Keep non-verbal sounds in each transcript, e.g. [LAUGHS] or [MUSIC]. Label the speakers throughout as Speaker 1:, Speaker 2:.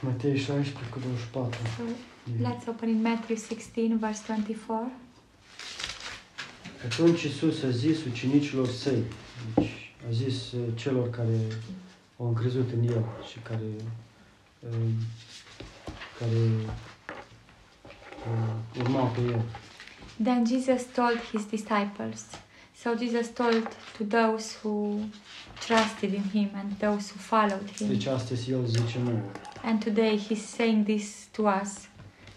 Speaker 1: Matei 16 cu 24.
Speaker 2: Let's open in Matthew 16, verse 24.
Speaker 1: Atunci Isus a zis ucenicilor săi, deci a zis uh, celor care au încrezut în El și care, uh, care uh, urmau pe El.
Speaker 2: Then Jesus told his disciples. So Jesus told to those who trusted in him and those who followed him.
Speaker 1: Deci astăzi El zice nouă,
Speaker 2: And today he's saying this to us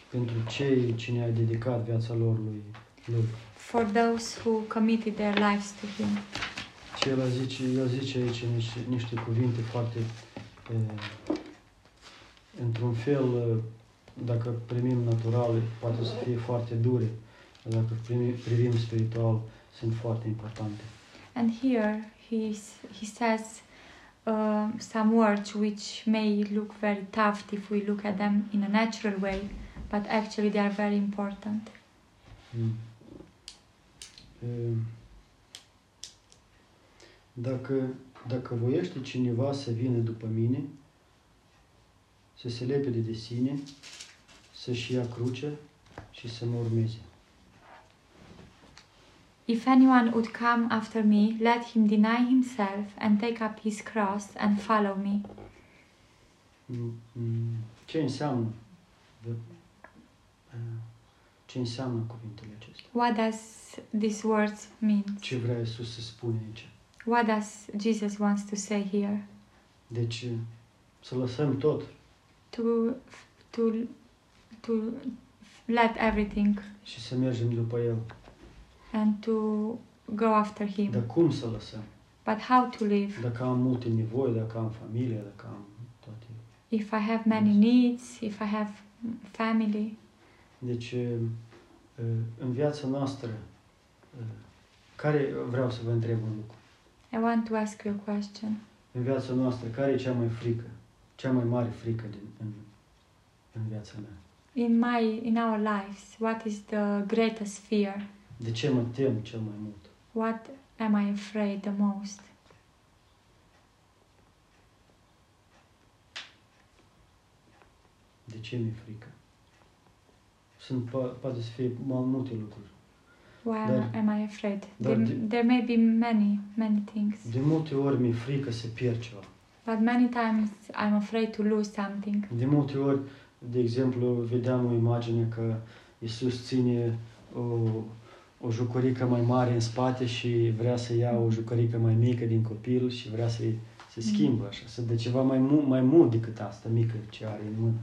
Speaker 1: pentru cei cine a dedicat viața lor lui Lui.
Speaker 2: for those who committed their lives to him.
Speaker 1: Și el zice, el zice aici niște, niște cuvinte foarte, e, într-un fel, e, dacă primim natural, poate să fie foarte dure, dar dacă primi, privim spiritual, sunt foarte importante.
Speaker 2: And here he's, he says uh, some words which may look very tough if we look at them in a natural way, but actually they are very important.
Speaker 1: Mm. E, Dacă, dacă voiește cineva să vină după mine, să se lepede de sine, să-și ia crucea și să mă urmeze.
Speaker 2: If anyone would come after me, let him deny himself and take up his cross and follow me.
Speaker 1: Mm, mm, Ce înseamnă? v- uh, Ce înseamnă cuvintele acestea?
Speaker 2: What does these words mean?
Speaker 1: Ce vrea Iisus să spune aici?
Speaker 2: What does Jesus wants to say here?
Speaker 1: Deci, uh, să lăsăm tot,
Speaker 2: To to to let everything
Speaker 1: și să mergem după El.
Speaker 2: and to go after him.
Speaker 1: Dar cum să lăsăm?
Speaker 2: But how to live?
Speaker 1: Dacă am multe nevoi, dacă am familie, dacă am toate.
Speaker 2: If I have many needs, if I have family.
Speaker 1: Deci, uh, uh, în viața noastră, uh, care vreau să vă întreb un lucru?
Speaker 2: I want to ask you a question.
Speaker 1: În viața noastră, care e cea mai frică? Cea mai mare frică din, în, în viața mea?
Speaker 2: In my in our lives, what is the greatest fear?
Speaker 1: De ce mă tem cel mai mult?
Speaker 2: What am I afraid the most?
Speaker 1: De ce mi-e frică? Sunt, po- poate să fie mai multe lucruri.
Speaker 2: Why am,
Speaker 1: Dar-
Speaker 2: am I afraid?
Speaker 1: dar
Speaker 2: There,
Speaker 1: de-
Speaker 2: there may be many, many things.
Speaker 1: De multe ori mi-e frică să pierd ceva.
Speaker 2: But many times I'm afraid to lose something.
Speaker 1: De multe ori, de exemplu, vedeam o imagine că Iisus ține o, o jucărică mai mare în spate și vrea să ia o jucărică mai mică din copil și vrea să-i se schimbă așa, să dea ceva mai, mu- mai mult decât asta mică ce are în mână.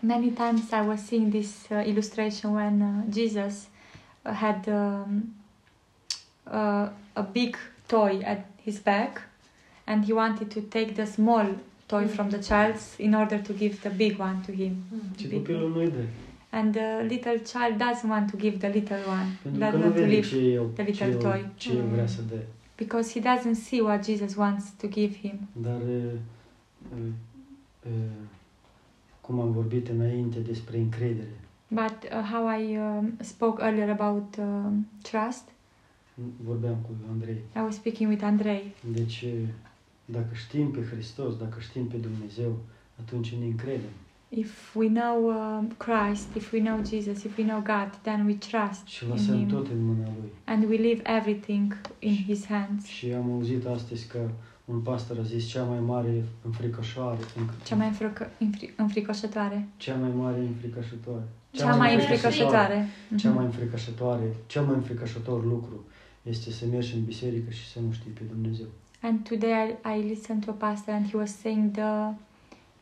Speaker 2: Many times I was seeing this uh, illustration when uh, Jesus uh, had um, uh, a big toy at his back and he wanted to take the small toy from the child's in order to give the big one to him.
Speaker 1: Și copilul nu-i dă,
Speaker 2: And the little child doesn't want to give the little one,
Speaker 1: pentru că
Speaker 2: doesn't
Speaker 1: nu
Speaker 2: want to
Speaker 1: vede
Speaker 2: leave
Speaker 1: ce el,
Speaker 2: the
Speaker 1: ce
Speaker 2: little
Speaker 1: el,
Speaker 2: toy.
Speaker 1: ce el vrea să dea.
Speaker 2: because he doesn't see what Jesus wants to give him.
Speaker 1: Dar e, e, cum am vorbit înainte despre încredere,
Speaker 2: But uh, how I um, spoke earlier about um, trust,
Speaker 1: vorbeam cu Andrei.
Speaker 2: I was speaking with Andrei.
Speaker 1: Deci, e, dacă știm pe Hristos, dacă știm pe Dumnezeu, atunci ne încredem.
Speaker 2: If we know um, Christ, if we know Jesus, if we know God, then we trust
Speaker 1: Și
Speaker 2: in
Speaker 1: lăsăm tot
Speaker 2: Him
Speaker 1: în mâna Lui.
Speaker 2: and we leave everything in His hands.
Speaker 1: Și am auzit astăzi că un pastor a zis cea mai mare înfricoșare, înc-
Speaker 2: Cea mai înfrică- înfri- înfricoșătoare.
Speaker 1: cea mai mare înfricoșătoare.
Speaker 2: Cea mai
Speaker 1: înfricoșătoare.
Speaker 2: înfricoșătoare.
Speaker 1: Cea mai
Speaker 2: Mhm.
Speaker 1: înfricoșătoare, cel mai înfricoșător lucru este să mergi în biserică și să nu știi pe Dumnezeu.
Speaker 2: And today I, I listened to a pastor and he was saying the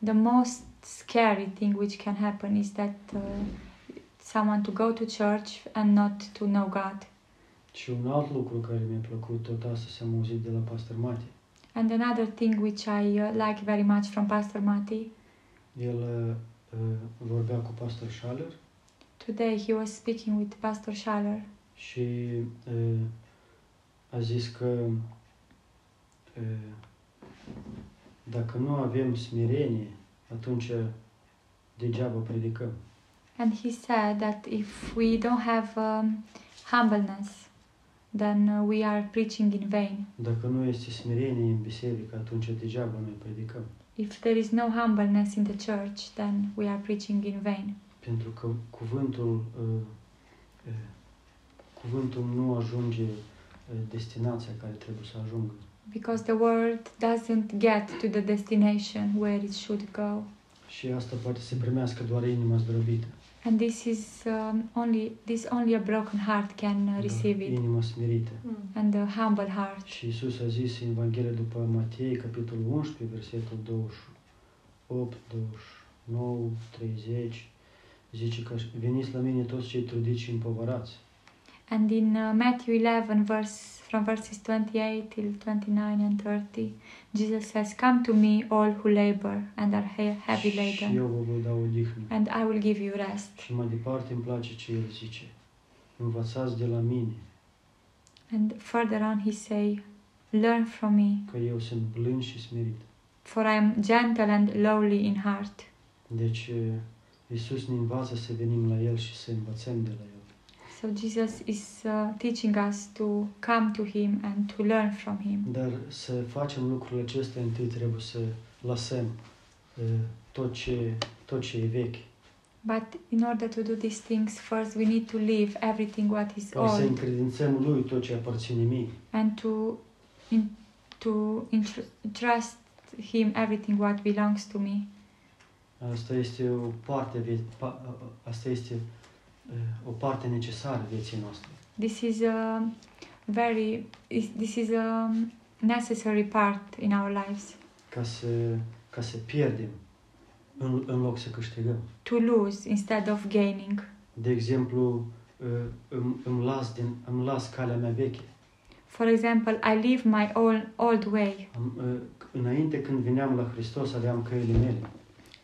Speaker 2: the most scary thing which can happen is that uh, someone to go to church and not to know God.
Speaker 1: Și un alt lucru care mi-a plăcut tot astăzi am auzit de la pastor Mate.
Speaker 2: And another thing which I uh, like very much from Pastor Mati
Speaker 1: El uh, uh, vorbea cu pastor Schaller
Speaker 2: today he was speaking with Pastor Schaller
Speaker 1: și uh, a zis că uh, dacă nu avem smerenie, atunci degeaba predicăm.
Speaker 2: and he said that if we don't have um, humbleness then uh, we are preaching in vain.
Speaker 1: Dacă nu este smerenie în biserică, atunci degeaba noi predicăm.
Speaker 2: If there is no humbleness in the church, then we are preaching in vain.
Speaker 1: Pentru că cuvântul, uh, uh, cuvântul nu ajunge uh, destinația care trebuie să ajungă.
Speaker 2: Because the word doesn't get to the destination where it should go.
Speaker 1: Și asta poate să primească doar inima zdrobită.
Speaker 2: And this is um, only this only a broken heart can
Speaker 1: Mm-hmm.
Speaker 2: uh, receive it,
Speaker 1: Inima smerită.
Speaker 2: and a humble heart.
Speaker 1: Și Isus a zis în Evanghelie după Matei, capitolul 11, versetul 28, 29, 30, zice că veniți la mine toți cei trudiți și împovărați
Speaker 2: And in uh, Matthew 11, verse from verses 28 till 29 and 30, Jesus says, "Come to me, all who labor and are he- heavy
Speaker 1: și
Speaker 2: laden,
Speaker 1: eu vă voi da odihnă.
Speaker 2: and I will give you rest."
Speaker 1: Și mai departe îmi place ce el zice. Învățați de la mine,
Speaker 2: And further on, he say, "Learn from me,
Speaker 1: că eu sunt blând și smerit.
Speaker 2: for I am gentle and lowly in heart."
Speaker 1: Deci Isus ne învață să venim la El și să învățăm de la El.
Speaker 2: So Jesus is uh, teaching us to come to Him and to learn from Him.
Speaker 1: Dar să facem lucrurile acestea, întâi trebuie să lăsăm eh, tot ce, tot ce e vechi.
Speaker 2: But in order to do these things, first we need to leave everything what is
Speaker 1: Ca Păi să
Speaker 2: old
Speaker 1: încredințăm Lui tot ce aparține mie.
Speaker 2: and to in, to intr- trust Him everything what belongs to me.
Speaker 1: Asta este o parte, vie- pa- a- asta este eh, o parte necesară vieții noastre.
Speaker 2: This is a very is, this is a necessary part in our lives
Speaker 1: Ca să, ca să pierdem în, în loc să câștigăm.
Speaker 2: to lose instead of gaining.
Speaker 1: De exemplu, eh, îmi, îmi, las din, îmi las calea mea veche.
Speaker 2: For example, I leave my old old way.
Speaker 1: Am, eh, înainte când veneam la Hristos aveam căile mele.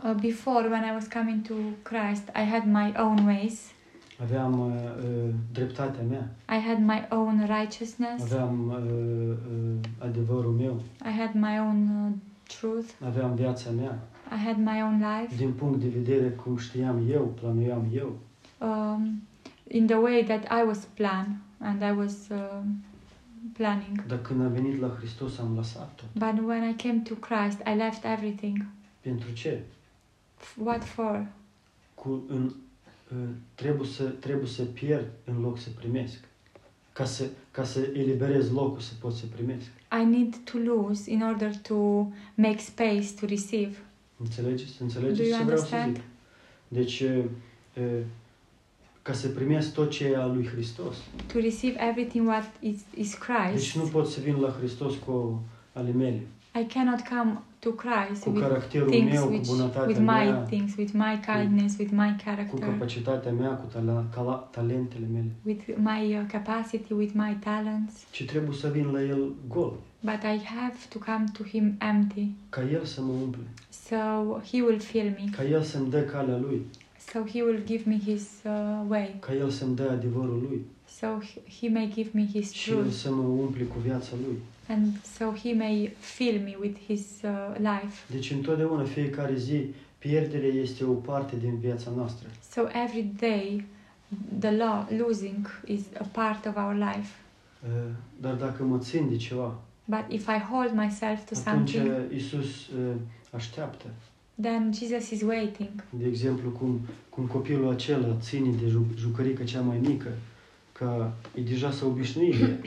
Speaker 2: Uh, before, when I was coming to Christ, I had my own ways.
Speaker 1: Aveam eh, eh, dreptatea mea.
Speaker 2: I had my own righteousness.
Speaker 1: Aveam uh, uh, adevărul meu,
Speaker 2: I had my own uh, truth.
Speaker 1: aveam viața mea.
Speaker 2: I had my own life
Speaker 1: Din punct de vedere cum știam eu, planuiam eu,
Speaker 2: um, in the way that I was plan and I was um planning.
Speaker 1: dar când am venit la Hristos am lăsat tot.
Speaker 2: But when I came to Christ, I left everything.
Speaker 1: Pentru ce?
Speaker 2: F- What for?
Speaker 1: Cu, în, uh, trebuie, să, trebuie să pierd în loc să primesc. Ca să, ca să eliberez locul să pot să primesc.
Speaker 2: I need to lose in order to make space to receive.
Speaker 1: Înțelegeți?
Speaker 2: Do
Speaker 1: Înțelegeți
Speaker 2: you
Speaker 1: ce vreau să
Speaker 2: understand?
Speaker 1: zic? Deci, uh, uh, ca să primesc tot ce e al lui Hristos.
Speaker 2: To receive everything what is, is
Speaker 1: Deci
Speaker 2: Christ.
Speaker 1: nu pot să vin la Hristos cu ale mele.
Speaker 2: I cannot come to Christ
Speaker 1: cu
Speaker 2: with
Speaker 1: caracterul
Speaker 2: things
Speaker 1: meu, cu
Speaker 2: which, with
Speaker 1: bunătatea
Speaker 2: my uh,
Speaker 1: mea,
Speaker 2: things, with my kindness, with my
Speaker 1: cu
Speaker 2: character.
Speaker 1: capacitatea mea, cu tala, cala, talentele mele.
Speaker 2: with my uh, capacity, with my talents,
Speaker 1: Ci trebuie să vin la el gol,
Speaker 2: but I have to come to Him empty.
Speaker 1: ca el să mă umple,
Speaker 2: So He will fill me.
Speaker 1: ca el să-mi dă calea lui,
Speaker 2: So He will give me His uh, way.
Speaker 1: ca el să-mi dă adevărul lui
Speaker 2: So He He may give me His
Speaker 1: și el
Speaker 2: truth,
Speaker 1: să mă umple cu viața lui.
Speaker 2: and so He may fill me with His uh, life.
Speaker 1: Deci întotdeauna, fiecare zi, pierderea este o parte din viața noastră.
Speaker 2: So every day, the law losing is a part of our life.
Speaker 1: Uh, Dar dacă mă țin de ceva,
Speaker 2: But if I hold myself to
Speaker 1: atunci
Speaker 2: something,
Speaker 1: Isus uh, așteaptă.
Speaker 2: then Jesus is waiting.
Speaker 1: De exemplu, cum, cum copilul acela ține de ju- jucărica cea mai mică, că e deja s-a obișnuit
Speaker 2: [COUGHS]
Speaker 1: de ea.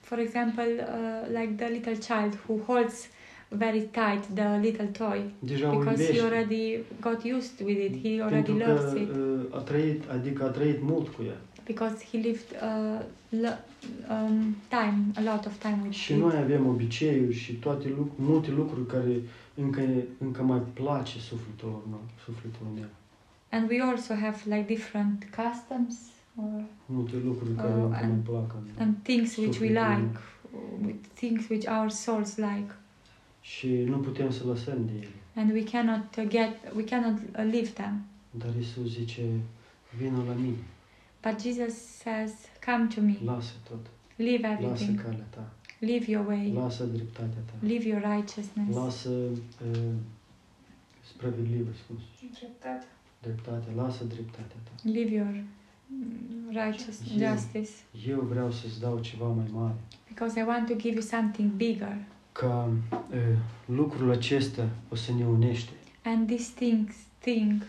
Speaker 2: For example, uh, like the little child who holds very tight the little toy
Speaker 1: Deja o
Speaker 2: because he
Speaker 1: iubește.
Speaker 2: already got used with it, he already
Speaker 1: Pentru
Speaker 2: loves
Speaker 1: că
Speaker 2: it
Speaker 1: uh, a trăit, adică a trăit mult cu ea.
Speaker 2: because he lived uh, lo- um, time, a lot of time with
Speaker 1: Și
Speaker 2: it.
Speaker 1: noi avem obiceiuri și toate luc- multe lucruri care încă, încă mai place sufletul, meu, sufletul meu.
Speaker 2: And we also have like different customs or,
Speaker 1: Multe lucruri care
Speaker 2: Oh,
Speaker 1: încă mai
Speaker 2: and-
Speaker 1: plac.
Speaker 2: and things which we
Speaker 1: Sufletul.
Speaker 2: like, with things which our souls like.
Speaker 1: Și nu putem să lăsăm de ele.
Speaker 2: And we cannot uh, get, we cannot uh, leave them.
Speaker 1: Dar Isus zice, vină la mine,
Speaker 2: But Jesus says, "Come to me,
Speaker 1: lasă tot,
Speaker 2: leave
Speaker 1: lasă
Speaker 2: everything,
Speaker 1: calea ta,
Speaker 2: leave your way."
Speaker 1: lasă dreptatea ta,
Speaker 2: Leave your righteousness.
Speaker 1: lasă uh, spravedlivă, spus, dreptatea, lasă dreptatea ta.
Speaker 2: Leave your mm, righteous
Speaker 1: Yes.
Speaker 2: justice.
Speaker 1: Eu vreau să-ți dau ceva mai mare.
Speaker 2: Because I want to give you something bigger.
Speaker 1: că uh, lucrul acesta o să ne unește.
Speaker 2: And this thing, thing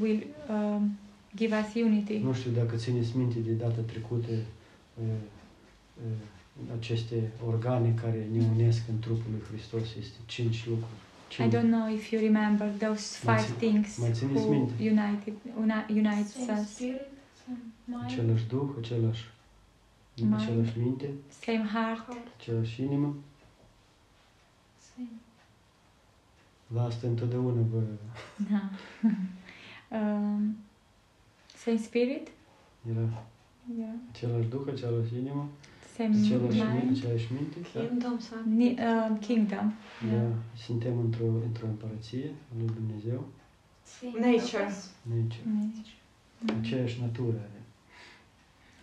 Speaker 2: will um, give us unity.
Speaker 1: Nu știu dacă țineți minte de data trecută uh, uh, aceste organe care ne unesc în trupul lui Hristos. Este cinci lucruri.
Speaker 2: I
Speaker 1: Cinci.
Speaker 2: don't know if you remember those five
Speaker 1: Mai țin-
Speaker 2: things
Speaker 1: mai țineți
Speaker 2: who
Speaker 1: minte?
Speaker 2: united, una, unites
Speaker 3: Same
Speaker 2: us.
Speaker 3: spirit, same mind,
Speaker 1: Același duh, același,
Speaker 2: Mind.
Speaker 1: același minte,
Speaker 2: Same heart.
Speaker 3: heart,
Speaker 1: același inimă.
Speaker 3: same.
Speaker 1: La asta întotdeauna vă...
Speaker 2: No. [LAUGHS] um, same spirit.
Speaker 1: Era
Speaker 2: Yeah.
Speaker 1: același duh, același inimă,
Speaker 2: Same
Speaker 1: același, mi-
Speaker 2: mind.
Speaker 1: același minte. Da.
Speaker 3: Kingdom, same.
Speaker 2: Ni- um, kingdom.
Speaker 1: Da. Suntem într-o, într-o împărăție a lui Dumnezeu.
Speaker 3: same
Speaker 4: Nature.
Speaker 3: purpose.
Speaker 1: Deci,
Speaker 2: Mm.
Speaker 1: aceeași natură are.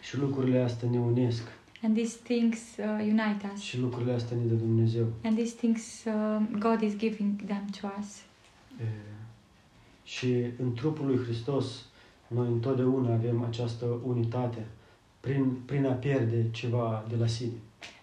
Speaker 1: Și lucrurile astea ne unesc.
Speaker 2: And these things uh, unite us.
Speaker 1: Și lucrurile astea ne dă Dumnezeu.
Speaker 2: And these things um, God is giving them to us.
Speaker 1: E, Și în trupul lui Hristos, noi întotdeauna avem această unitate prin, prin a pierde ceva de la sine.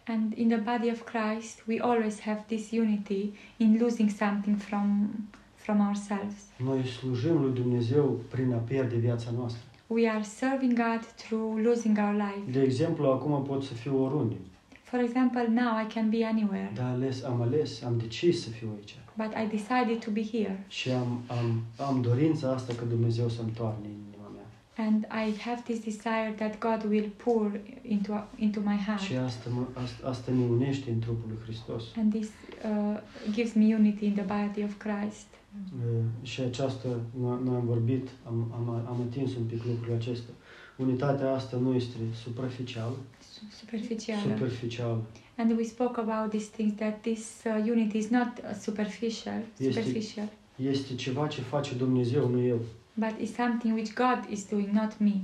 Speaker 2: And in the body of Christ, we always have this unity in losing something from from ourselves.
Speaker 1: Noi slujim lui Dumnezeu prin a pierde viața noastră.
Speaker 2: We are serving God through losing our life.
Speaker 1: De exemplu, acum pot să fiu oriunde,
Speaker 2: For example, now I can be anywhere,
Speaker 1: dar ales, am ales, am decis să fiu aici.
Speaker 2: but I decided to be here,
Speaker 1: Și am, am, am dorința asta că Dumnezeu să-mi toarne în inima mea.
Speaker 2: and I have this desire that God will pour into into my
Speaker 1: Și
Speaker 2: heart,
Speaker 1: asta, mă, asta, asta ne unește în trupul lui Hristos.
Speaker 2: and this uh, gives me unity in the body of Christ.
Speaker 1: E, Și aceasta, noi noi am vorbit, am, am, am atins un pic lucrul acesta. Unitatea asta nu este superficială,
Speaker 2: Su- Superficial.
Speaker 1: superficială.
Speaker 2: And we spoke about these things that this uh, unity is not uh, superficial,
Speaker 1: Yes, it-
Speaker 2: superficial,
Speaker 1: Este ceva ce face Dumnezeu, nu eu.
Speaker 2: but it's something which God is doing, not me.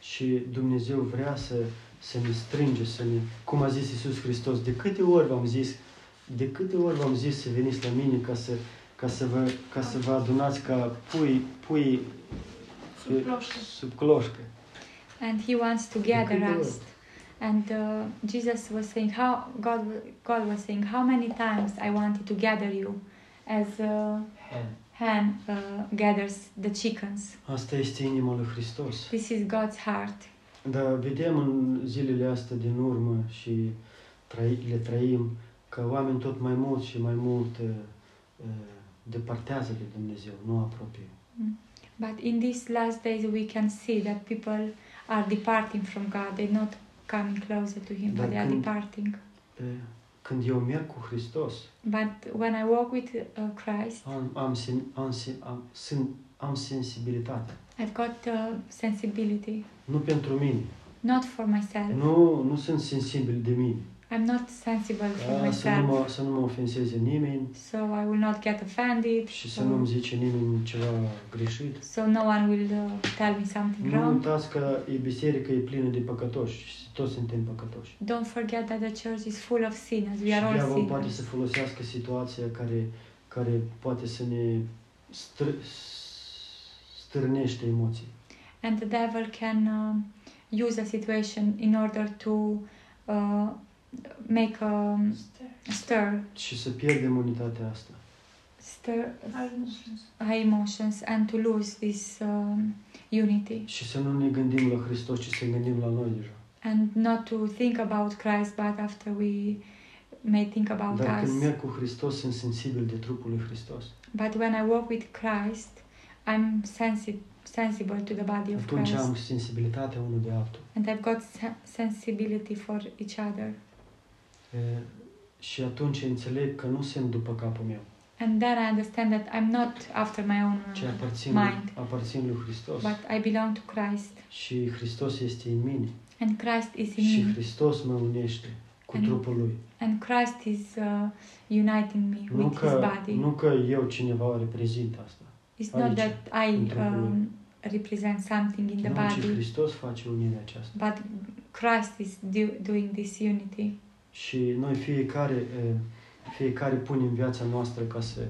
Speaker 1: Și Dumnezeu vrea să, să ne strânge, să ne... Cum a zis Iisus Hristos, de câte ori v-am zis, de câte ori v-am zis să veniți la mine ca să, ca să, vă, ca să vă adunați ca pui, pui
Speaker 3: Sub cloșcă.
Speaker 1: sub cloșcă.
Speaker 2: And He wants to gather
Speaker 1: Good
Speaker 2: us. And uh, Jesus was saying, "How God, w- God was saying, how many times I wanted to gather you, as a hen uh, gathers the chickens."
Speaker 1: Asta este inima lui Hristos.
Speaker 2: This is God's heart,
Speaker 1: Da, vedem în zilele astea din urmă și trai, le trăim că oameni tot mai mult și mai mult uh, uh, depărtează de Dumnezeu, nu apropie.
Speaker 2: but in these last days we can see that people are departing from God. They're not coming closer to Him, but
Speaker 1: Dar
Speaker 2: they are
Speaker 1: când-
Speaker 2: departing.
Speaker 1: Uh, Când eu merg cu Hristos,
Speaker 2: But when I walk with uh, Christ,
Speaker 1: am, am, sen, am, sen, am, sen, am sensibilitate.
Speaker 2: I've got uh, sensibility,
Speaker 1: Nu pentru mine.
Speaker 2: not for myself.
Speaker 1: Nu, nu sunt sensibil de mine.
Speaker 2: I'm not sensible for
Speaker 1: Da, să, nu
Speaker 2: myself,
Speaker 1: mă, să nu mă ofenseze nimeni
Speaker 2: so I will not get offended.
Speaker 1: și să nu-mi zice nimeni ceva greșit.
Speaker 2: So no one will uh, tell me something
Speaker 1: Nu
Speaker 2: wrong.
Speaker 1: uitați că e biserica e plină de păcătoși și toți suntem păcătoși.
Speaker 2: Don't forget that the church is full of sinners. We
Speaker 1: Și
Speaker 2: are all
Speaker 1: diavolul poate
Speaker 2: sinners.
Speaker 1: să folosească situația care, care poate să ne str- strânește emoții.
Speaker 2: And the devil can um, use a situation in order to uh, make a
Speaker 3: Stare.
Speaker 2: stir,
Speaker 1: Și să pierdem unitatea asta.
Speaker 2: stir
Speaker 3: Are emotions.
Speaker 2: high emotions and to lose this um, unity.
Speaker 1: Și să nu ne gândim la Hristos, ci să ne gândim la noi deja.
Speaker 2: and not to think about Christ, but after we may think about
Speaker 1: Dar
Speaker 2: us.
Speaker 1: când merg cu Hristos, sunt sensibil de trupul lui Hristos.
Speaker 2: But when I walk with Christ, I'm sensi- sensible to the body of
Speaker 1: Atunci
Speaker 2: Christ,
Speaker 1: am sensibilitatea unul de altul.
Speaker 2: and I've got sen- sensibility for each other.
Speaker 1: E, și atunci înțeleg că nu sunt după capul meu,
Speaker 2: And then I understand that I'm not after my own uh,
Speaker 1: ci aparțin,
Speaker 2: mind,
Speaker 1: aparțin lui Hristos.
Speaker 2: but I belong to Christ,
Speaker 1: Și Hristos este în mine.
Speaker 2: and Christ is in
Speaker 1: Și
Speaker 2: me,
Speaker 1: Hristos mă unește cu
Speaker 2: And-
Speaker 1: trupul lui.
Speaker 2: and Christ is uh, uniting me
Speaker 1: Nu
Speaker 2: with His
Speaker 1: că,
Speaker 2: body.
Speaker 1: nu că eu cineva o reprezint asta.
Speaker 2: it's
Speaker 1: aici,
Speaker 2: not that I
Speaker 1: într-un
Speaker 2: um, represent something in the
Speaker 1: nu,
Speaker 2: body.
Speaker 1: ci Hristos face unirea aceasta.
Speaker 2: But Christ is do, doing this unity,
Speaker 1: Și noi fiecare, eh, fiecare punem viața noastră ca să,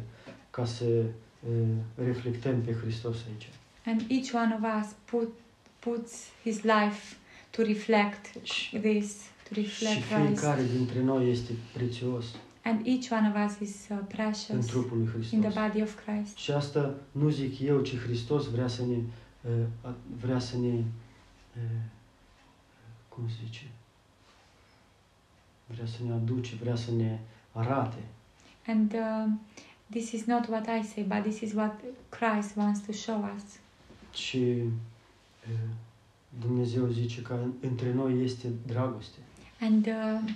Speaker 1: ca să eh, reflectăm pe Hristos aici.
Speaker 2: and each one of us put puts his life to reflect
Speaker 1: Și,
Speaker 2: this, to
Speaker 1: și
Speaker 2: reflect Christ,
Speaker 1: fiecare dintre noi este prețios.
Speaker 2: and each one of us is uh,
Speaker 1: în
Speaker 2: precious
Speaker 1: trupul lui
Speaker 2: in the
Speaker 1: Hristos.
Speaker 2: body of Christ.
Speaker 1: Și asta nu zic eu, ci Hristos vrea să ne, uh, a- vrea să ne, uh, cum se zice, vrea să ne aduce, vrea să ne arate.
Speaker 2: And um this is not what I say, but this is what Christ wants to show us.
Speaker 1: Și uh, Dumnezeu zice că între noi este dragoste.
Speaker 2: And uh,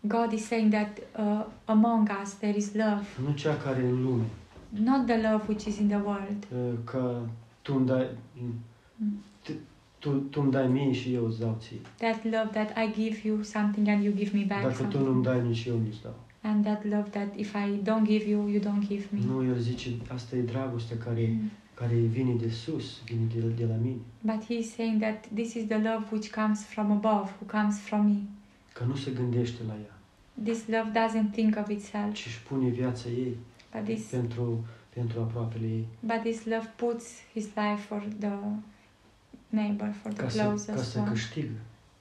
Speaker 2: God is saying that uh, among us there is love,
Speaker 1: Nu cea care e în lume,
Speaker 2: not the love which is in the world.
Speaker 1: uh, că tu îmi dai, tu- tu, tu îmi dai mie și eu îți dau ție.
Speaker 2: That love that I give you something and you give me back
Speaker 1: Dacă tu nu-mi
Speaker 2: something.
Speaker 1: dai, nici eu nu-ți dau.
Speaker 2: And that love that if I don't give you, you don't give me.
Speaker 1: Nu, el zice, asta e dragoste care,
Speaker 2: Mm.
Speaker 1: care vine de sus, vine de, de la mine.
Speaker 2: But he is saying that this is the love which comes from above, who comes from me.
Speaker 1: Că nu se gândește la ea,
Speaker 2: This love doesn't think of itself,
Speaker 1: ci își pune viața ei
Speaker 2: but this
Speaker 1: pentru, pentru aproapele ei,
Speaker 2: but this love puts his life for the neighbor, for the
Speaker 1: ca să, ca
Speaker 2: closest
Speaker 1: să
Speaker 2: one,
Speaker 1: câștigă,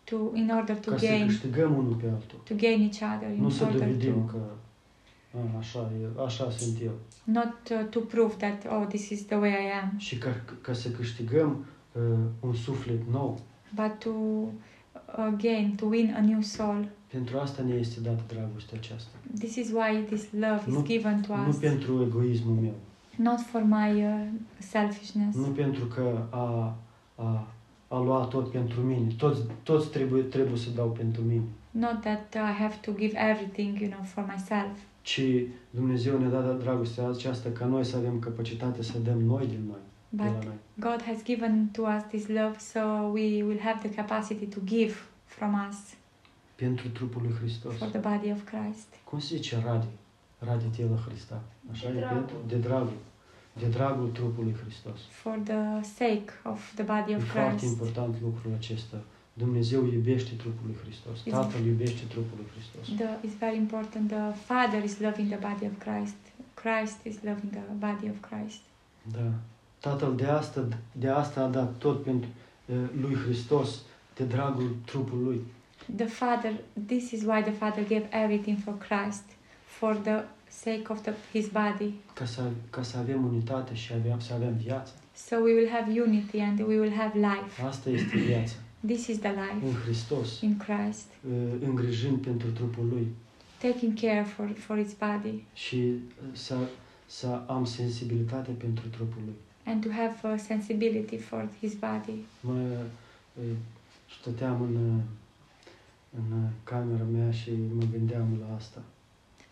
Speaker 2: to in order to
Speaker 1: ca să
Speaker 2: gain
Speaker 1: câștigăm unul pe altul.
Speaker 2: to gain each other, in
Speaker 1: Nu să
Speaker 2: order
Speaker 1: dovedim
Speaker 2: to
Speaker 1: că "A, așa, e, așa sunt eu.
Speaker 2: not uh, to prove that oh this is the way I am,
Speaker 1: Și ca, ca să câștigăm uh, un suflet nou.
Speaker 2: but to uh, gain to win a new soul.
Speaker 1: Pentru asta ne este dată dragostea aceasta.
Speaker 2: This is why this love is
Speaker 1: Nu-
Speaker 2: given to
Speaker 1: Nu
Speaker 2: us,
Speaker 1: pentru egoismul meu,
Speaker 2: not for my uh, selfishness,
Speaker 1: nu pentru că a, a, a luat tot pentru mine. Toți, toți trebuie, trebuie să dau pentru mine.
Speaker 2: not that I have to give everything you know for myself.
Speaker 1: Ci Dumnezeu ne-a dat dragostea aceasta ca noi să avem capacitatea să dăm noi din noi, de
Speaker 2: But
Speaker 1: la noi.
Speaker 2: God has given to us this love, so we will have the capacity to give from us
Speaker 1: Pentru trupul lui Hristos.
Speaker 2: for the body of Christ.
Speaker 1: Cum se zice radi? Radi tela Hrista. Așa
Speaker 3: De
Speaker 1: e?
Speaker 3: dragul.
Speaker 1: De dragul. De dragul trupului Hristos.
Speaker 2: For the sake of the body
Speaker 1: E
Speaker 2: of
Speaker 1: foarte
Speaker 2: Christ.
Speaker 1: important lucrul acesta. Dumnezeu iubește trupul lui Hristos.
Speaker 2: Exact.
Speaker 1: Tatăl iubește trupul lui Hristos.
Speaker 2: The, it's very important. The Father is loving the body of Christ. Christ is loving the body of Christ.
Speaker 1: Da. Tatăl de asta, de asta a dat tot pentru eh, lui Hristos, de dragul trupului.
Speaker 2: The Father, this is why the Father gave everything for Christ, for the sake of the, his body.
Speaker 1: Ca să, ca să avem unitate și avem, să avem viață.
Speaker 2: So we will have unity and we will have life.
Speaker 1: Asta este viața.
Speaker 2: This is the life
Speaker 1: În Hristos,
Speaker 2: in Christ,
Speaker 1: eh, îngrijând pentru trupul lui.
Speaker 2: taking care for, for its body.
Speaker 1: și uh, să, să am sensibilitate pentru trupul lui.
Speaker 2: and to have a sensibility for his body.
Speaker 1: Mă uh, stăteam în, uh, în uh, camera mea și mă gândeam la asta,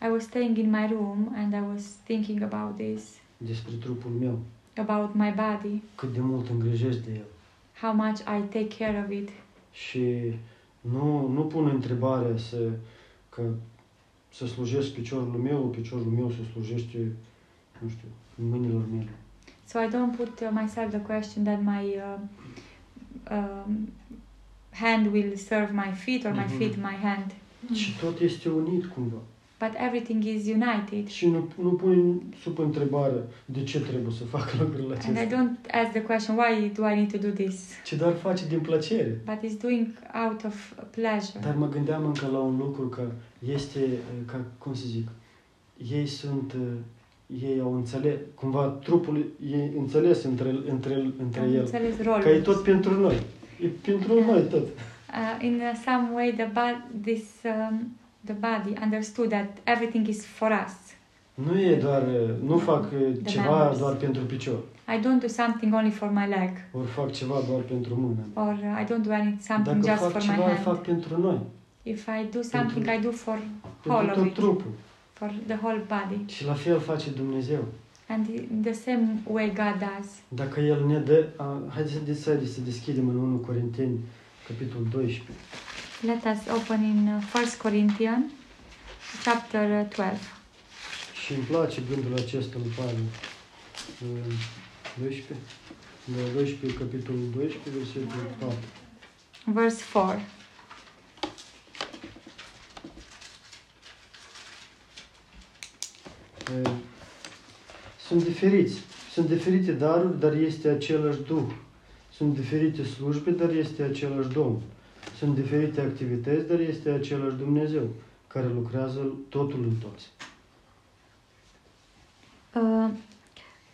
Speaker 2: I was staying in my room and I was thinking about this,
Speaker 1: despre trupul meu,
Speaker 2: about my body,
Speaker 1: cât de mult îngrijesc de el.
Speaker 2: how much I take care of it.
Speaker 1: Și nu, nu pun întrebarea să, că să slujesc piciorul meu, piciorul meu să slujește, nu știu, mâinilor mele.
Speaker 2: So I don't put uh, myself the question that my uh, um, hand will serve my feet or my
Speaker 1: Mhm.
Speaker 2: feet my hand,
Speaker 1: Și tot este unit cumva.
Speaker 2: but everything is united.
Speaker 1: Și nu, nu pun sub întrebare de ce trebuie să fac [LAUGHS] lucrurile
Speaker 2: And I
Speaker 1: acestea.
Speaker 2: don't ask the question why do I need to do this,
Speaker 1: ci doar face din plăcere.
Speaker 2: but it's doing out of pleasure.
Speaker 1: Dar mă gândeam încă la un lucru că este, uh, ca, cum să zic, ei sunt, uh, ei au înțeles, cumva trupul ei înțeles între, între, între
Speaker 2: Am
Speaker 1: el,
Speaker 2: înțeles
Speaker 1: că e
Speaker 2: rolul.
Speaker 1: tot pentru noi, e pentru noi tot.
Speaker 2: uh, in uh, some way the bo- this um, the body understood that everything is for us.
Speaker 1: Nu e doar, uh, nu fac uh,
Speaker 2: The
Speaker 1: ceva
Speaker 2: members.
Speaker 1: doar pentru picior,
Speaker 2: I don't do something only for my leg,
Speaker 1: ori fac ceva doar pentru mână.
Speaker 2: or uh, I don't do any something
Speaker 1: Dacă
Speaker 2: just
Speaker 1: fac
Speaker 2: for my
Speaker 1: ceva,
Speaker 2: hand.
Speaker 1: fac pentru noi,
Speaker 2: If I do something, I do for All
Speaker 1: pentru
Speaker 2: of
Speaker 1: tot
Speaker 2: it.
Speaker 1: trupul.
Speaker 2: for the whole body.
Speaker 1: Și la fel face Dumnezeu.
Speaker 2: And in the same way God does.
Speaker 1: Dacă El ne dă, a, haideți să, haideți să deschidem în 1 Corinteni, capitolul 12.
Speaker 2: Let us open in uh, 1 Corinthians chapter uh, 12.
Speaker 1: Și îmi place gândul acesta lui Pavel. În 12, la 12, capitolul 12, versetul 4.
Speaker 2: verse 4.
Speaker 1: E, Sunt diferiți. Sunt diferite daruri, dar este același Duh. Sunt diferite slujbe, dar este același Domn. Sunt diferite activități, dar este același Dumnezeu, care lucrează totul în toți.
Speaker 2: Uh,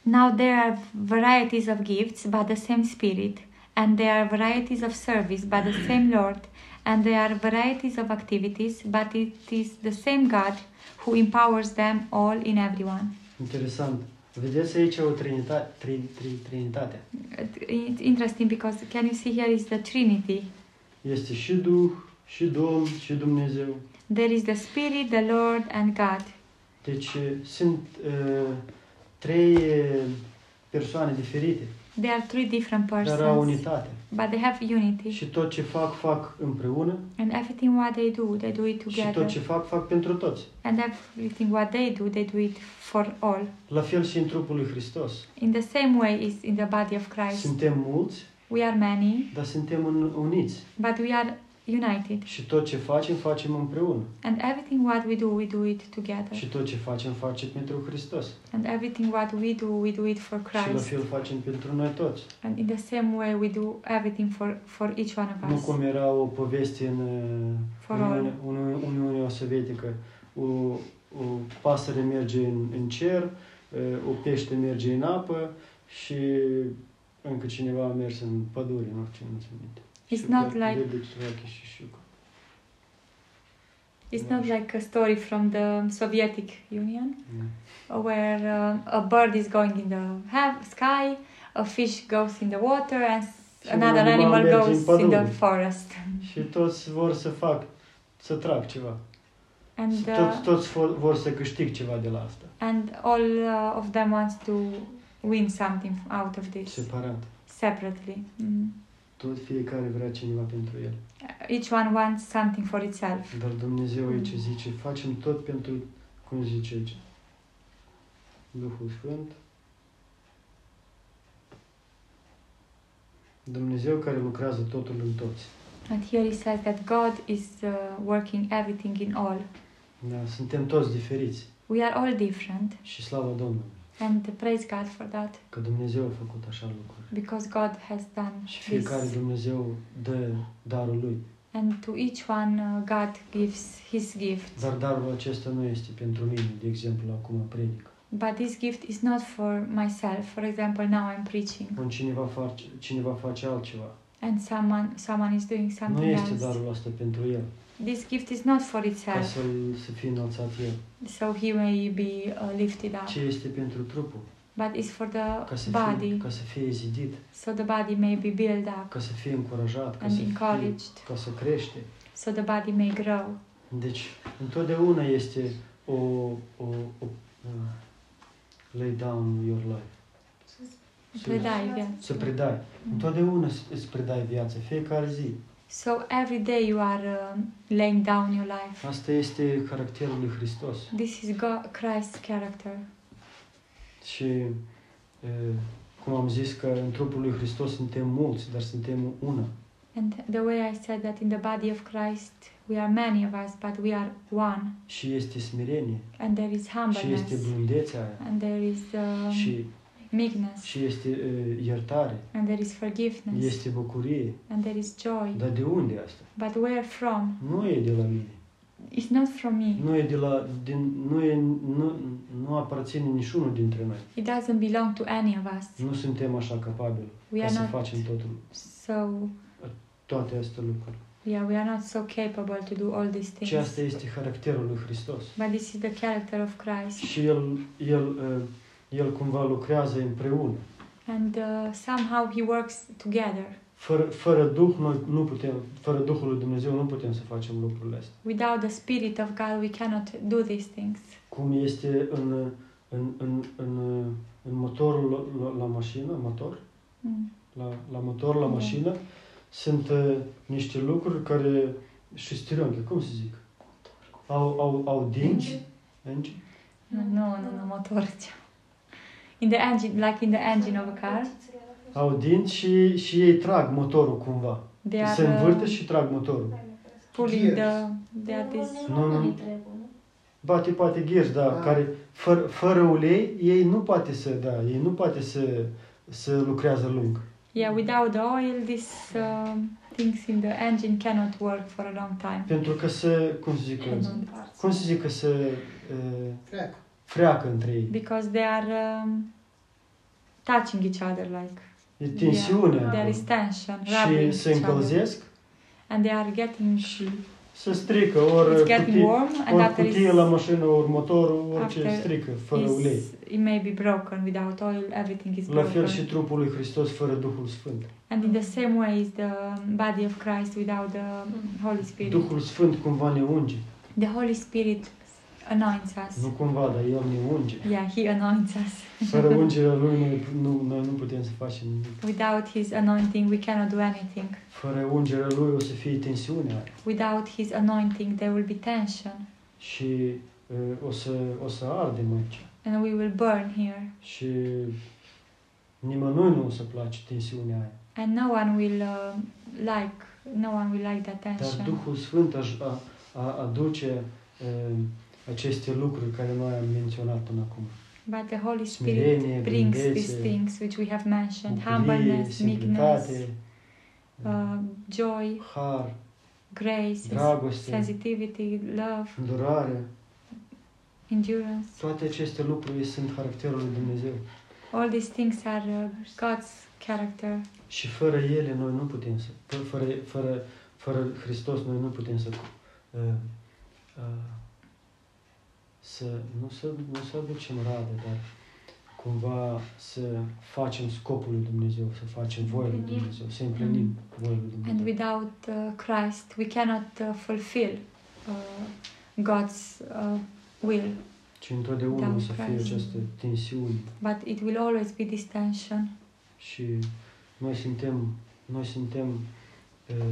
Speaker 2: now there are varieties of gifts by the same Spirit, and there are varieties of service by the same Lord, and there are varieties of activities, but it is the same God who empowers them all in everyone.
Speaker 1: Interesant. Vedeți aici o trinitate, tri, tri, trinitate.
Speaker 2: It- It's interesting because can you see here is the Trinity.
Speaker 1: Este și Duh, și Domn, și Dumnezeu.
Speaker 2: There is the Spirit, the Lord, and God.
Speaker 1: Deci eh, sunt uh, trei eh, persoane diferite,
Speaker 2: They are three different
Speaker 1: dar au
Speaker 2: persons,
Speaker 1: unitate.
Speaker 2: but they have unity.
Speaker 1: Și tot ce fac, fac împreună.
Speaker 2: And everything what they do, they do it
Speaker 1: Și
Speaker 2: together.
Speaker 1: tot ce fac, fac pentru toți.
Speaker 2: And everything what they do, they do it for all.
Speaker 1: La fel și în trupul lui Hristos.
Speaker 2: In the same way is in the body of Christ.
Speaker 1: Suntem mulți,
Speaker 2: We are many,
Speaker 1: dar suntem în- uniți.
Speaker 2: but we are united.
Speaker 1: Și tot ce facem, facem împreună.
Speaker 2: And everything what we do, we do it together.
Speaker 1: Și tot ce facem, facem pentru Hristos.
Speaker 2: And everything what we do, we do it for
Speaker 1: Și la
Speaker 2: Christ.
Speaker 1: fel facem pentru noi toți.
Speaker 2: And in the same way, we do everything for, for each one of
Speaker 1: Nu
Speaker 2: us.
Speaker 1: cum era o poveste în uh,
Speaker 2: For all.
Speaker 1: Uniune- Uni- Uniunea Sovietică. O, o pasăre merge în, în cer, uh, o pește merge în apă și încă cineva a mers în pădure, nu știu, nu țin minte.
Speaker 2: It's not like
Speaker 1: Bebec, Rache și Șucă.
Speaker 2: it's not like a story from the Soviet Union
Speaker 1: Mm.
Speaker 2: where um, a bird is going in the heav- sky, a fish goes in the water, and s-
Speaker 1: Și un
Speaker 2: another
Speaker 1: animal
Speaker 2: animal
Speaker 1: merge în
Speaker 2: goes in the
Speaker 1: pădure.
Speaker 2: forest.
Speaker 1: Și toți vor să fac, să trag ceva. Și
Speaker 2: And uh,
Speaker 1: toți, toți vor, vor să câștig ceva de la asta.
Speaker 2: and all uh, of them wants to win something out of this
Speaker 1: Separat.
Speaker 2: separately. Mm.
Speaker 1: Tot fiecare vrea cineva pentru el.
Speaker 2: Each one wants something for itself.
Speaker 1: Dar Dumnezeu aici zice, facem tot pentru, cum zice aici, Duhul Sfânt. Dumnezeu care lucrează totul în toți.
Speaker 2: And here he says that God is uh, working everything in all.
Speaker 1: Da, suntem toți diferiți
Speaker 2: We are all different,
Speaker 1: și slavă Domnului
Speaker 2: and praise God for that
Speaker 1: că Dumnezeu a făcut așa lucruri.
Speaker 2: because God has done
Speaker 1: Și fiecare
Speaker 2: this.
Speaker 1: Dumnezeu dă darul lui.
Speaker 2: And to each one, uh, God gives His gift.
Speaker 1: Dar darul acesta nu este pentru mine, de exemplu, acum predic.
Speaker 2: But this gift is not for myself. For example, now I'm preaching,
Speaker 1: Când cineva face, cineva face altceva.
Speaker 2: and someone someone is doing
Speaker 1: Nu
Speaker 2: something
Speaker 1: este
Speaker 2: else.
Speaker 1: darul ăsta pentru el,
Speaker 2: This gift is not for
Speaker 1: ca
Speaker 2: itself.
Speaker 1: să-l, să fie înălțat el.
Speaker 2: so he may be uh, lifted up.
Speaker 1: Ce este pentru trupul,
Speaker 2: But it's for the
Speaker 1: ca să, fie,
Speaker 2: body,
Speaker 1: ca să fie zidit,
Speaker 2: so the body may be built up
Speaker 1: ca să fie încurajat, ca
Speaker 2: and
Speaker 1: să, fie,
Speaker 2: encouraged,
Speaker 1: ca să crește.
Speaker 2: so the body may grow.
Speaker 1: Deci, întotdeauna este o... o, o uh, lay down your life. Să-
Speaker 2: Predai, yeah.
Speaker 1: Să predai.
Speaker 2: Mm.
Speaker 1: Întotdeauna îți- îți predai viața, fiecare zi.
Speaker 2: So every day you are um, laying down your life.
Speaker 1: Asta este caracterul lui Hristos.
Speaker 2: This is God, Christ's character.
Speaker 1: Și, e, cum am zis, că în trupul lui Hristos suntem mulți, dar suntem una.
Speaker 2: And the way I said that in the body of Christ, we are many of us, but we are one.
Speaker 1: Și este smerenie,
Speaker 2: And there is
Speaker 1: și este
Speaker 2: humbleness,
Speaker 1: blândețea aia,
Speaker 2: and there is um,
Speaker 1: și,
Speaker 2: meekness,
Speaker 1: și este e, iertare,
Speaker 2: and there is forgiveness,
Speaker 1: este bucurie.
Speaker 2: and there is joy.
Speaker 1: Dar de unde asta?
Speaker 2: But where from?
Speaker 1: Nu e de la mine.
Speaker 2: It's not from me.
Speaker 1: Nu e de la... Din, nu, e, nu, nu aparține niciunul dintre noi.
Speaker 2: It doesn't belong to any of us.
Speaker 1: Nu suntem așa capabili
Speaker 2: We
Speaker 1: ca
Speaker 2: are
Speaker 1: să
Speaker 2: not
Speaker 1: facem totul,
Speaker 2: so
Speaker 1: toate astea lucruri.
Speaker 2: yeah, we are not so capable to do all these
Speaker 1: Și asta
Speaker 2: things.
Speaker 1: este caracterul lui Hristos.
Speaker 2: But this is the character of Christ,
Speaker 1: Și el, el, e, el cumva lucrează împreună.
Speaker 2: and uh, somehow He works together.
Speaker 1: Fără, fără Duh, noi nu putem, fără Duhul lui Dumnezeu nu putem să facem lucrurile astea.
Speaker 2: Without the Spirit of God, we cannot do these things.
Speaker 1: Cum este în, în, în, în, în motorul la, la mașină, motor,
Speaker 2: Mm.
Speaker 1: la, la motor, la
Speaker 2: Da.
Speaker 1: mașină, sunt uh, niște lucruri care, șestirionche, cum se zic? Au, au, au dinți, dinți,
Speaker 2: No, no, no, no, motor. [LAUGHS] In the engine, like in the engine of a car,
Speaker 1: au dinți și, și ei trag motorul cumva.
Speaker 2: they are
Speaker 1: Se învârte
Speaker 2: uh,
Speaker 1: și trag motorul.
Speaker 2: pulling the. They are this.
Speaker 1: Nu, nu, nu. Bate, poate ghești, da, care fără, fără ulei, ei nu poate să, da, ei nu poate să, să lucrează lung.
Speaker 2: Yeah, without the oil, this um, things in the engine cannot work for a long time.
Speaker 1: Pentru că se, cum se zic,
Speaker 2: Mhm.
Speaker 3: în parți.
Speaker 1: cum se zic că se uh,
Speaker 4: Freacă.
Speaker 1: freacă între ei.
Speaker 2: Because they are um, touching each other, like
Speaker 1: E
Speaker 2: there
Speaker 1: tensiune.
Speaker 2: is tension, rubbing
Speaker 1: Și se
Speaker 2: each other,
Speaker 1: încălzesc,
Speaker 2: and they are getting it's
Speaker 1: se strică, ori
Speaker 2: getting
Speaker 1: cutie,
Speaker 2: warm, and
Speaker 1: ori
Speaker 2: after it's,
Speaker 1: cutie la mașină, ori motorul,
Speaker 2: after
Speaker 1: orice strică, fără ulei.
Speaker 2: it's- it may be broken. Without oil, everything is
Speaker 1: La fel și
Speaker 2: broken.
Speaker 1: trupul lui Hristos fără Duhul Sfânt.
Speaker 2: And in the same way is the um, body of Christ without the um, Holy Spirit.
Speaker 1: Duhul Sfânt cumva ne unge.
Speaker 2: The Holy Spirit anoints us.
Speaker 1: Nu cumva, dar El ne unge.
Speaker 2: Yeah, He anoints us.
Speaker 1: Fără ungerea Lui noi nu, noi nu putem să facem nimic.
Speaker 2: Without His anointing, we cannot do anything.
Speaker 1: Fără ungerea Lui o să fie tensiunea
Speaker 2: Without His anointing, there will be tension,
Speaker 1: și uh, o să, o să ardem aici.
Speaker 2: and we will burn here.
Speaker 1: Și nimănui nu o să place tensiunea aia.
Speaker 2: And no one will uh, like, no one will like that
Speaker 1: Dar
Speaker 2: tension.
Speaker 1: Duhul Sfânt aș, a, a, aduce uh, aceste lucruri care noi am menționat până acum.
Speaker 2: But the Holy Spirit
Speaker 1: Smerenie,
Speaker 2: brings these
Speaker 1: blândețe,
Speaker 2: things which we have mentioned:
Speaker 1: bucurie,
Speaker 2: humbleness, meekness,
Speaker 1: simplitate,
Speaker 2: uh, joy,
Speaker 1: har,
Speaker 2: grace,
Speaker 1: dragoste,
Speaker 2: sensitivity, love,
Speaker 1: îndurare.
Speaker 2: endurance.
Speaker 1: Toate aceste lucruri sunt caracterul lui Dumnezeu.
Speaker 2: All these things are uh, God's character.
Speaker 1: Și fără ele noi nu putem să, fă- fără, fără, fără Hristos noi nu putem să, uh, uh, să nu să, nu să aducem rade, dar cumva să facem scopul lui Dumnezeu, să facem voia lui
Speaker 3: Împlinim.
Speaker 1: Dumnezeu, să împlinim voia lui
Speaker 2: And
Speaker 1: Dumnezeu.
Speaker 2: without uh, Christ, we cannot uh, fulfill uh, God's uh, will.
Speaker 1: Și întotdeauna o să fie
Speaker 2: Christ.
Speaker 1: această tensiune
Speaker 2: But it will always be this tension.
Speaker 1: și noi suntem, noi suntem uh, uh,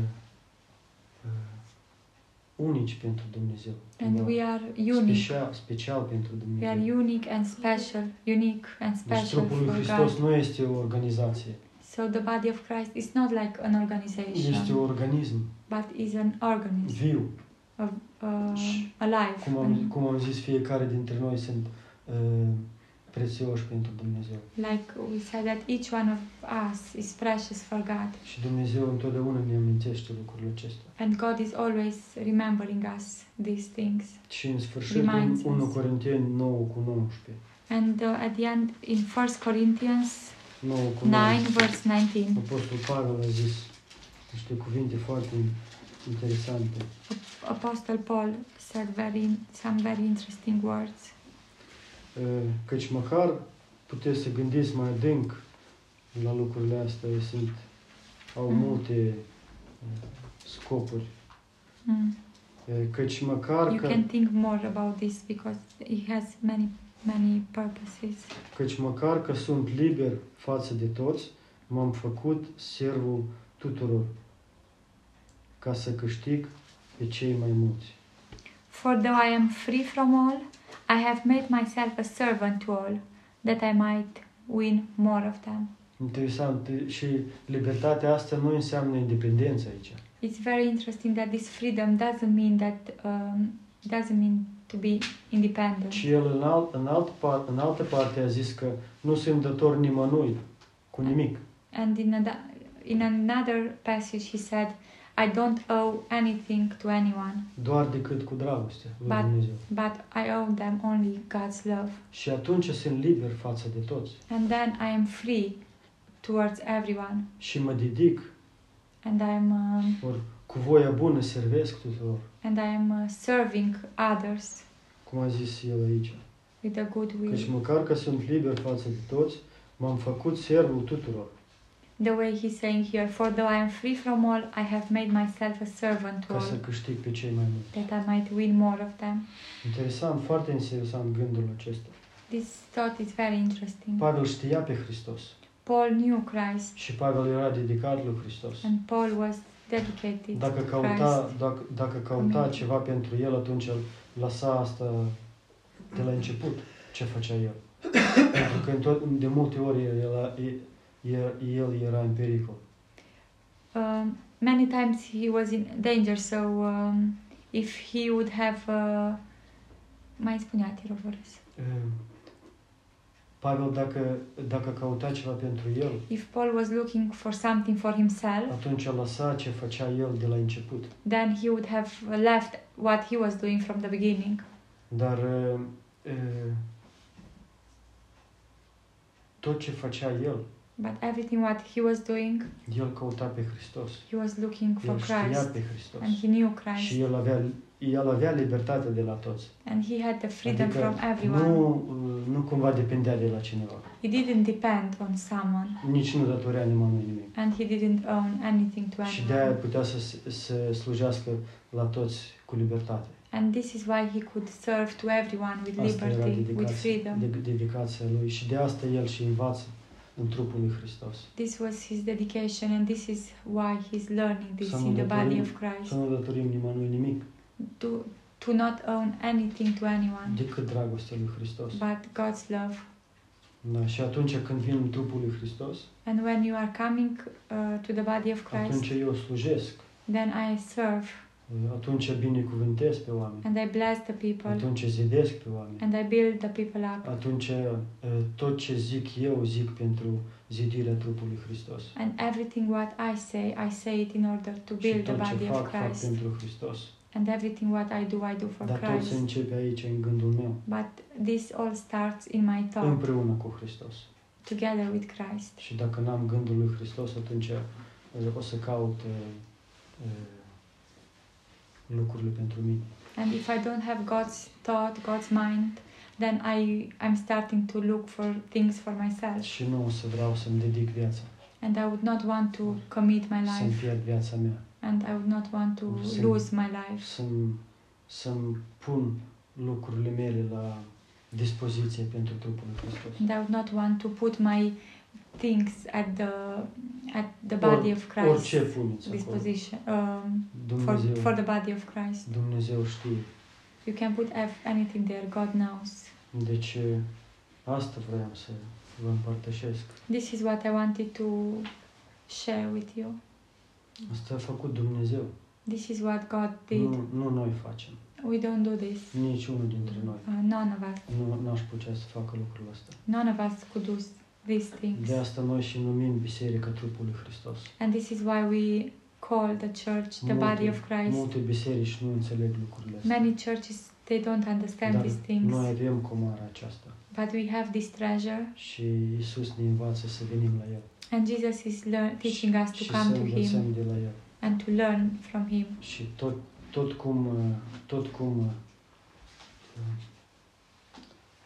Speaker 1: unici pentru Dumnezeu. Da.
Speaker 2: And
Speaker 1: cumva.
Speaker 2: we are unique.
Speaker 1: Special, special pentru
Speaker 2: We
Speaker 1: Dumnezeu.
Speaker 2: are unique and special. Unique and
Speaker 1: Deci
Speaker 2: special
Speaker 1: trupul lui
Speaker 2: for
Speaker 1: Hristos
Speaker 2: God.
Speaker 1: nu este o organizație,
Speaker 2: So the body of Christ is not like
Speaker 1: este
Speaker 2: an
Speaker 1: un
Speaker 2: organization,
Speaker 1: organism
Speaker 2: but is an organism,
Speaker 1: viu.
Speaker 2: uh, alive.
Speaker 1: Cum am,
Speaker 2: and
Speaker 1: cum am zis, fiecare dintre noi sunt uh, prețioși pentru Dumnezeu.
Speaker 2: Like we said that each one of us is precious for God.
Speaker 1: Și Dumnezeu întotdeauna ne amintește lucrurile acestea.
Speaker 2: And God is always remembering us these things.
Speaker 1: Și în sfârșit,
Speaker 2: Reminds
Speaker 1: 1
Speaker 2: us.
Speaker 1: Corinteni 9 cu 19.
Speaker 2: And uh, at the end, in First Corinthians
Speaker 1: 9 cu
Speaker 2: 9,
Speaker 1: 19.
Speaker 2: verse 19,
Speaker 1: Apostol Pavel a zis niște cuvinte foarte interesante.
Speaker 2: Apostle Paul said very some very interesting words.
Speaker 1: Ă, căci măcar puteți să gândiți mai adânc la lucrurile astea, ei sunt, au
Speaker 2: Mhm.
Speaker 1: multe uh, scopuri,
Speaker 2: Mm.
Speaker 1: Uh, căci măcar
Speaker 2: You
Speaker 1: că,
Speaker 2: can think more about this because it has many many purposes.
Speaker 1: căci măcar că sunt liber față de toți, m-am făcut servul tuturor ca să câștig pe cei mai mulți.
Speaker 2: For though I am free from all, I have made myself a servant to all, that I might win more of them.
Speaker 1: Interesant. e- Și libertatea asta nu înseamnă independență aici.
Speaker 2: It's very interesting that this freedom doesn't mean that um, doesn't mean to be independent.
Speaker 1: Și el în, alt, în, alt par, în altă parte a zis că nu sunt dator nimănui cu nimic.
Speaker 2: And in, ano- in another passage, he said, I don't owe anything to anyone,
Speaker 1: doar decât cu dragostea lui
Speaker 2: Ba-
Speaker 1: Dumnezeu.
Speaker 2: but I owe them only God's love.
Speaker 1: Și atunci sunt liber față de toți
Speaker 2: And then I am free towards everyone,
Speaker 1: și mă dedic,
Speaker 2: and I'm, um,
Speaker 1: ori cu voia bună servesc tuturor,
Speaker 2: and I am uh, serving others
Speaker 1: cum a zis el aici.
Speaker 2: with a good
Speaker 1: Căci
Speaker 2: will.
Speaker 1: măcar că sunt liber față de toți, m-am făcut servul tuturor.
Speaker 2: The way he's saying here, for though I am free from all, I have made myself a servant to
Speaker 1: ca să
Speaker 2: all,
Speaker 1: câștig pe cei mai mulți.
Speaker 2: that I might win more of them.
Speaker 1: Interesant, foarte interesant gândul acesta.
Speaker 2: This thought is very interesting.
Speaker 1: Pavel știa pe Hristos
Speaker 2: Paul knew Christ,
Speaker 1: și Pavel era dedicat lui Hristos.
Speaker 2: and Paul was dedicated
Speaker 1: Dacă
Speaker 2: to Christ.
Speaker 1: căuta, dacă, dacă căuta
Speaker 2: Amin.
Speaker 1: ceva pentru el, atunci el lăsa asta de la început, ce făcea
Speaker 2: [COUGHS]
Speaker 1: el. Pentru că în tot, de multe ori el era, el, el era în pericol.
Speaker 2: um, many times he was in danger so um, if he would have uh, mai spunea, te rog, Boris.
Speaker 1: Um, Pavel, dacă, dacă căuta ceva pentru el,
Speaker 2: If Paul was looking for something for himself,
Speaker 1: atunci a lăsat ce făcea el de la început.
Speaker 2: then he would have left what he was doing from the beginning.
Speaker 1: Dar e, e, tot ce făcea el,
Speaker 2: But everything what he was doing,
Speaker 1: el căuta pe Hristos.
Speaker 2: he was looking for
Speaker 1: El știa
Speaker 2: Christ,
Speaker 1: pe Hristos.
Speaker 2: and he knew Christ,
Speaker 1: Și el avea, el avea libertate de la toți.
Speaker 2: and he had the freedom
Speaker 1: Adică
Speaker 2: from everyone.
Speaker 1: Nu, nu cumva depindea de la cineva.
Speaker 2: He didn't depend on someone,
Speaker 1: Nici nu datorea nimănui nimic.
Speaker 2: and he didn't own anything to
Speaker 1: Și de-aia
Speaker 2: anyone.
Speaker 1: putea să, să slujească la toți cu libertate.
Speaker 2: And this is why he could serve to everyone with
Speaker 1: Asta era
Speaker 2: liberty, with
Speaker 1: dedicația,
Speaker 2: freedom.
Speaker 1: de, dedicația lui și de asta el și învață în trupul lui Hristos.
Speaker 2: This was his dedication, and this is why he's learning this
Speaker 1: Să nu
Speaker 2: in the body
Speaker 1: dătorim-
Speaker 2: of Christ.
Speaker 1: Să nu datorim nimănui nimic
Speaker 2: to to not own anything to anyone
Speaker 1: decât dragostea lui Hristos.
Speaker 2: but God's love.
Speaker 1: Da, și atunci când vin în trupul lui Hristos,
Speaker 2: And when you are coming uh, to the body of Christ,
Speaker 1: atunci eu slujesc,
Speaker 2: then I serve
Speaker 1: atunci binecuvântez pe oameni,
Speaker 2: and I bless the people
Speaker 1: atunci zidesc pe oameni,
Speaker 2: and I build the people up.
Speaker 1: atunci eh, tot ce zic eu zic pentru zidirea trupului Hristos.
Speaker 2: And everything what I say, I say it in order to
Speaker 1: Și
Speaker 2: build the
Speaker 1: tot ce
Speaker 2: body of
Speaker 1: fac, fac
Speaker 2: Christ.
Speaker 1: pentru Hristos.
Speaker 2: And everything what I do, I do for
Speaker 1: Dar tot se
Speaker 2: Christ.
Speaker 1: începe aici, în gândul meu,
Speaker 2: But this all starts in my thought,
Speaker 1: împreună cu Hristos.
Speaker 2: together with Christ.
Speaker 1: Și dacă n-am gândul lui Hristos, atunci eh, o să caut eh, eh, lucrurile pentru mine.
Speaker 2: And if I don't have God's thought, God's mind, then I, I'm starting to look for things for myself.
Speaker 1: Și nu o să vreau să-mi dedic viața,
Speaker 2: and I would not want to commit my
Speaker 1: să-mi
Speaker 2: life,
Speaker 1: pierd viața mea.
Speaker 2: and I would not want to
Speaker 1: Sin.
Speaker 2: lose my life,
Speaker 1: să-mi, să-mi pun lucrurile mele la dispoziție pentru trupul lui Hristos.
Speaker 2: and I would not want to put my things at the at the body of Christ
Speaker 1: Orice puneți acolo.
Speaker 2: disposition um, for
Speaker 1: Dumnezeu,
Speaker 2: for the body of Christ.
Speaker 1: Dumnezeu știe.
Speaker 2: You can put ev- anything there. God knows.
Speaker 1: Deci e, asta vreau să vă împărtășesc.
Speaker 2: This is what I wanted to share with you.
Speaker 1: Asta a făcut Dumnezeu.
Speaker 2: This is what God did.
Speaker 1: Nu, nu noi facem.
Speaker 2: We don't do this.
Speaker 1: Niciunul dintre noi.
Speaker 2: Uh, none of us.
Speaker 1: Nu n-aș putea să facă lucrul ăsta.
Speaker 2: None of us could do s- these things.
Speaker 1: De asta noi și numim Biserica Trupul lui Hristos.
Speaker 2: And this is why we call the church the body of Christ.
Speaker 1: Multe biserici nu înțeleg lucrurile astea.
Speaker 2: Many churches they don't understand
Speaker 1: Dar
Speaker 2: these things,
Speaker 1: noi avem comara aceasta.
Speaker 2: but we have this treasure,
Speaker 1: Și Isus ne învață să venim la El.
Speaker 2: and Jesus is lear- teaching us to
Speaker 1: și
Speaker 2: come
Speaker 1: să
Speaker 2: to
Speaker 1: învățăm
Speaker 2: Him
Speaker 1: de la El.
Speaker 2: and to learn from Him.
Speaker 1: Și tot, tot cum, uh, tot cum uh,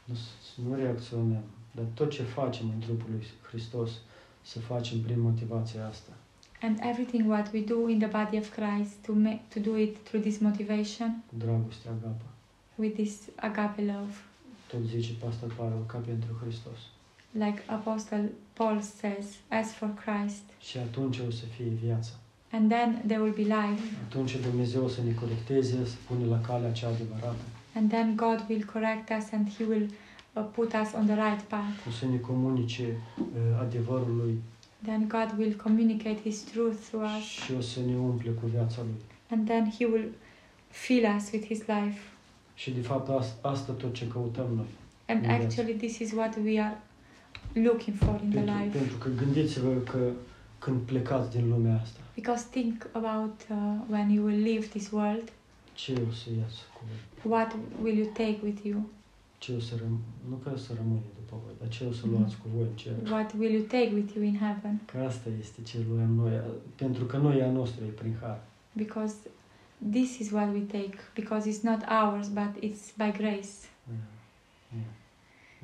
Speaker 1: nu, s- nu reacționăm, dar tot ce facem în trupul lui Hristos, să facem prin motivația asta.
Speaker 2: And everything what we do in the body of Christ to ma- to do it through this motivation,
Speaker 1: cu Dragostea agapă.
Speaker 2: with this agape love,
Speaker 1: Tot zice pastor Pavel ca pentru Hristos.
Speaker 2: like Apostle Paul says, as for Christ.
Speaker 1: Și atunci o să fie viața.
Speaker 2: And then there will be life,
Speaker 1: Atunci Dumnezeu o să ne corecteze, să pune la calea cea adevărată.
Speaker 2: and then God will correct us and He will uh, put us on the right path.
Speaker 1: O să ne comunice uh, adevărul Lui
Speaker 2: Then God will communicate His truth to us.
Speaker 1: și o să ne umple cu viața Lui.
Speaker 2: and then he will fill us with his life
Speaker 1: Și de fapt as- asta tot ce căutăm noi.
Speaker 2: and
Speaker 1: Yes.
Speaker 2: actually this is what we are looking for in the
Speaker 1: Pentru,
Speaker 2: life
Speaker 1: pentru că gândiți-vă că când plecați din lumea asta,
Speaker 2: because think about uh, when you will leave this world
Speaker 1: ce o să iați cu voi?
Speaker 2: what will you take with you
Speaker 1: Ce o să răm- nu că să rămâne după voi, dar ce o
Speaker 2: Mhm.
Speaker 1: să luați cu voi în cer?
Speaker 2: what will you take with you in heaven
Speaker 1: Că asta este ce luăm noi, pentru că noi e a noastră, e prin har.
Speaker 2: because this is what we take because it's not ours but it's by grace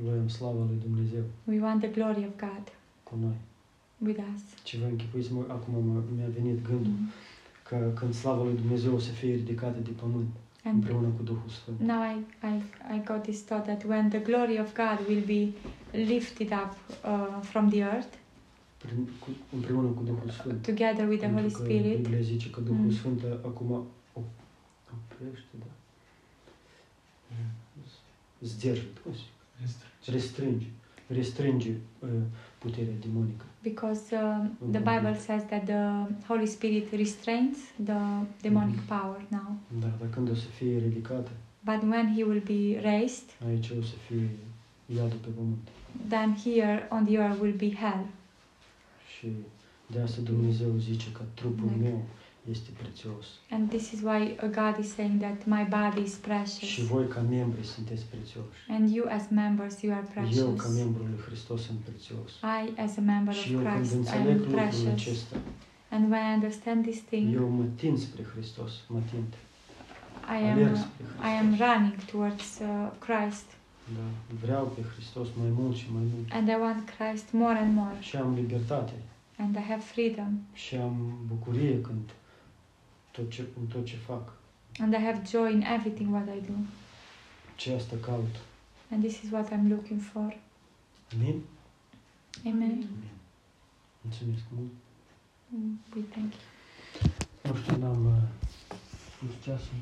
Speaker 1: Luăm Da. slava lui Dumnezeu
Speaker 2: we want the glory of god
Speaker 1: cu noi.
Speaker 2: with us
Speaker 1: Ce vă închipuiți, mă, acum mă, mi-a venit gândul că când slava lui Dumnezeu o să fie ridicată de pământ
Speaker 2: and
Speaker 1: împreună cu Duhul Sfânt.
Speaker 2: Now I, I, I got this thought that when the glory of God will be lifted up uh, from the earth
Speaker 1: Prin, cu, împreună cu Duhul Sfânt.
Speaker 2: together with the Holy
Speaker 1: Pentru că
Speaker 2: Spirit,
Speaker 1: Biblia zice că Duhul
Speaker 2: Mm.
Speaker 1: Sfânt acum op- oprește, da. Zdержит, cum se zice? da, Restrânge. Restrânge uh, puterea demonică.
Speaker 2: because um, the
Speaker 1: Mhm.
Speaker 2: Bible says that the Holy Spirit restrains the demonic
Speaker 1: Mhm.
Speaker 2: power now.
Speaker 1: Da, dar când o să fie ridicată,
Speaker 2: But when he will be raised,
Speaker 1: aici o să fie iadul pe pământ.
Speaker 2: then here on the earth will be hell.
Speaker 1: Și de asta Dumnezeu zice că trupul
Speaker 2: Dacă-
Speaker 1: meu este prețios.
Speaker 2: And this is why uh, God is saying that my body is
Speaker 1: Și
Speaker 2: precious.
Speaker 1: voi ca membri sunteți prețioși.
Speaker 2: And you as members, you are
Speaker 1: Eu ca
Speaker 2: precious.
Speaker 1: membru lui Hristos sunt prețios.
Speaker 2: I as a member
Speaker 1: Și eu
Speaker 2: of
Speaker 1: când
Speaker 2: Christ, I
Speaker 1: înțeleg
Speaker 2: am
Speaker 1: lucrul
Speaker 2: precious.
Speaker 1: acesta,
Speaker 2: And when I understand this thing,
Speaker 1: eu mă tind spre Hristos, mă tind.
Speaker 2: I am
Speaker 1: Alerg
Speaker 2: uh,
Speaker 1: spre
Speaker 2: I am
Speaker 1: Hristos.
Speaker 2: running towards uh, Christ.
Speaker 1: Da. Vreau pe Hristos mai mult și mai mult.
Speaker 2: And I want Christ more and more.
Speaker 1: Și am libertate.
Speaker 2: And I have freedom.
Speaker 1: Și am bucurie când tot ce, în tot ce fac.
Speaker 2: And I have joy in everything what I do.
Speaker 1: Ce asta caut.
Speaker 2: And this is what I'm looking for.
Speaker 1: Amin?
Speaker 2: Amen.
Speaker 1: Amin. Mulțumesc mult.
Speaker 2: Mm, We thank you.
Speaker 1: Nu știu, n-am... uh, Nu știu ceasul.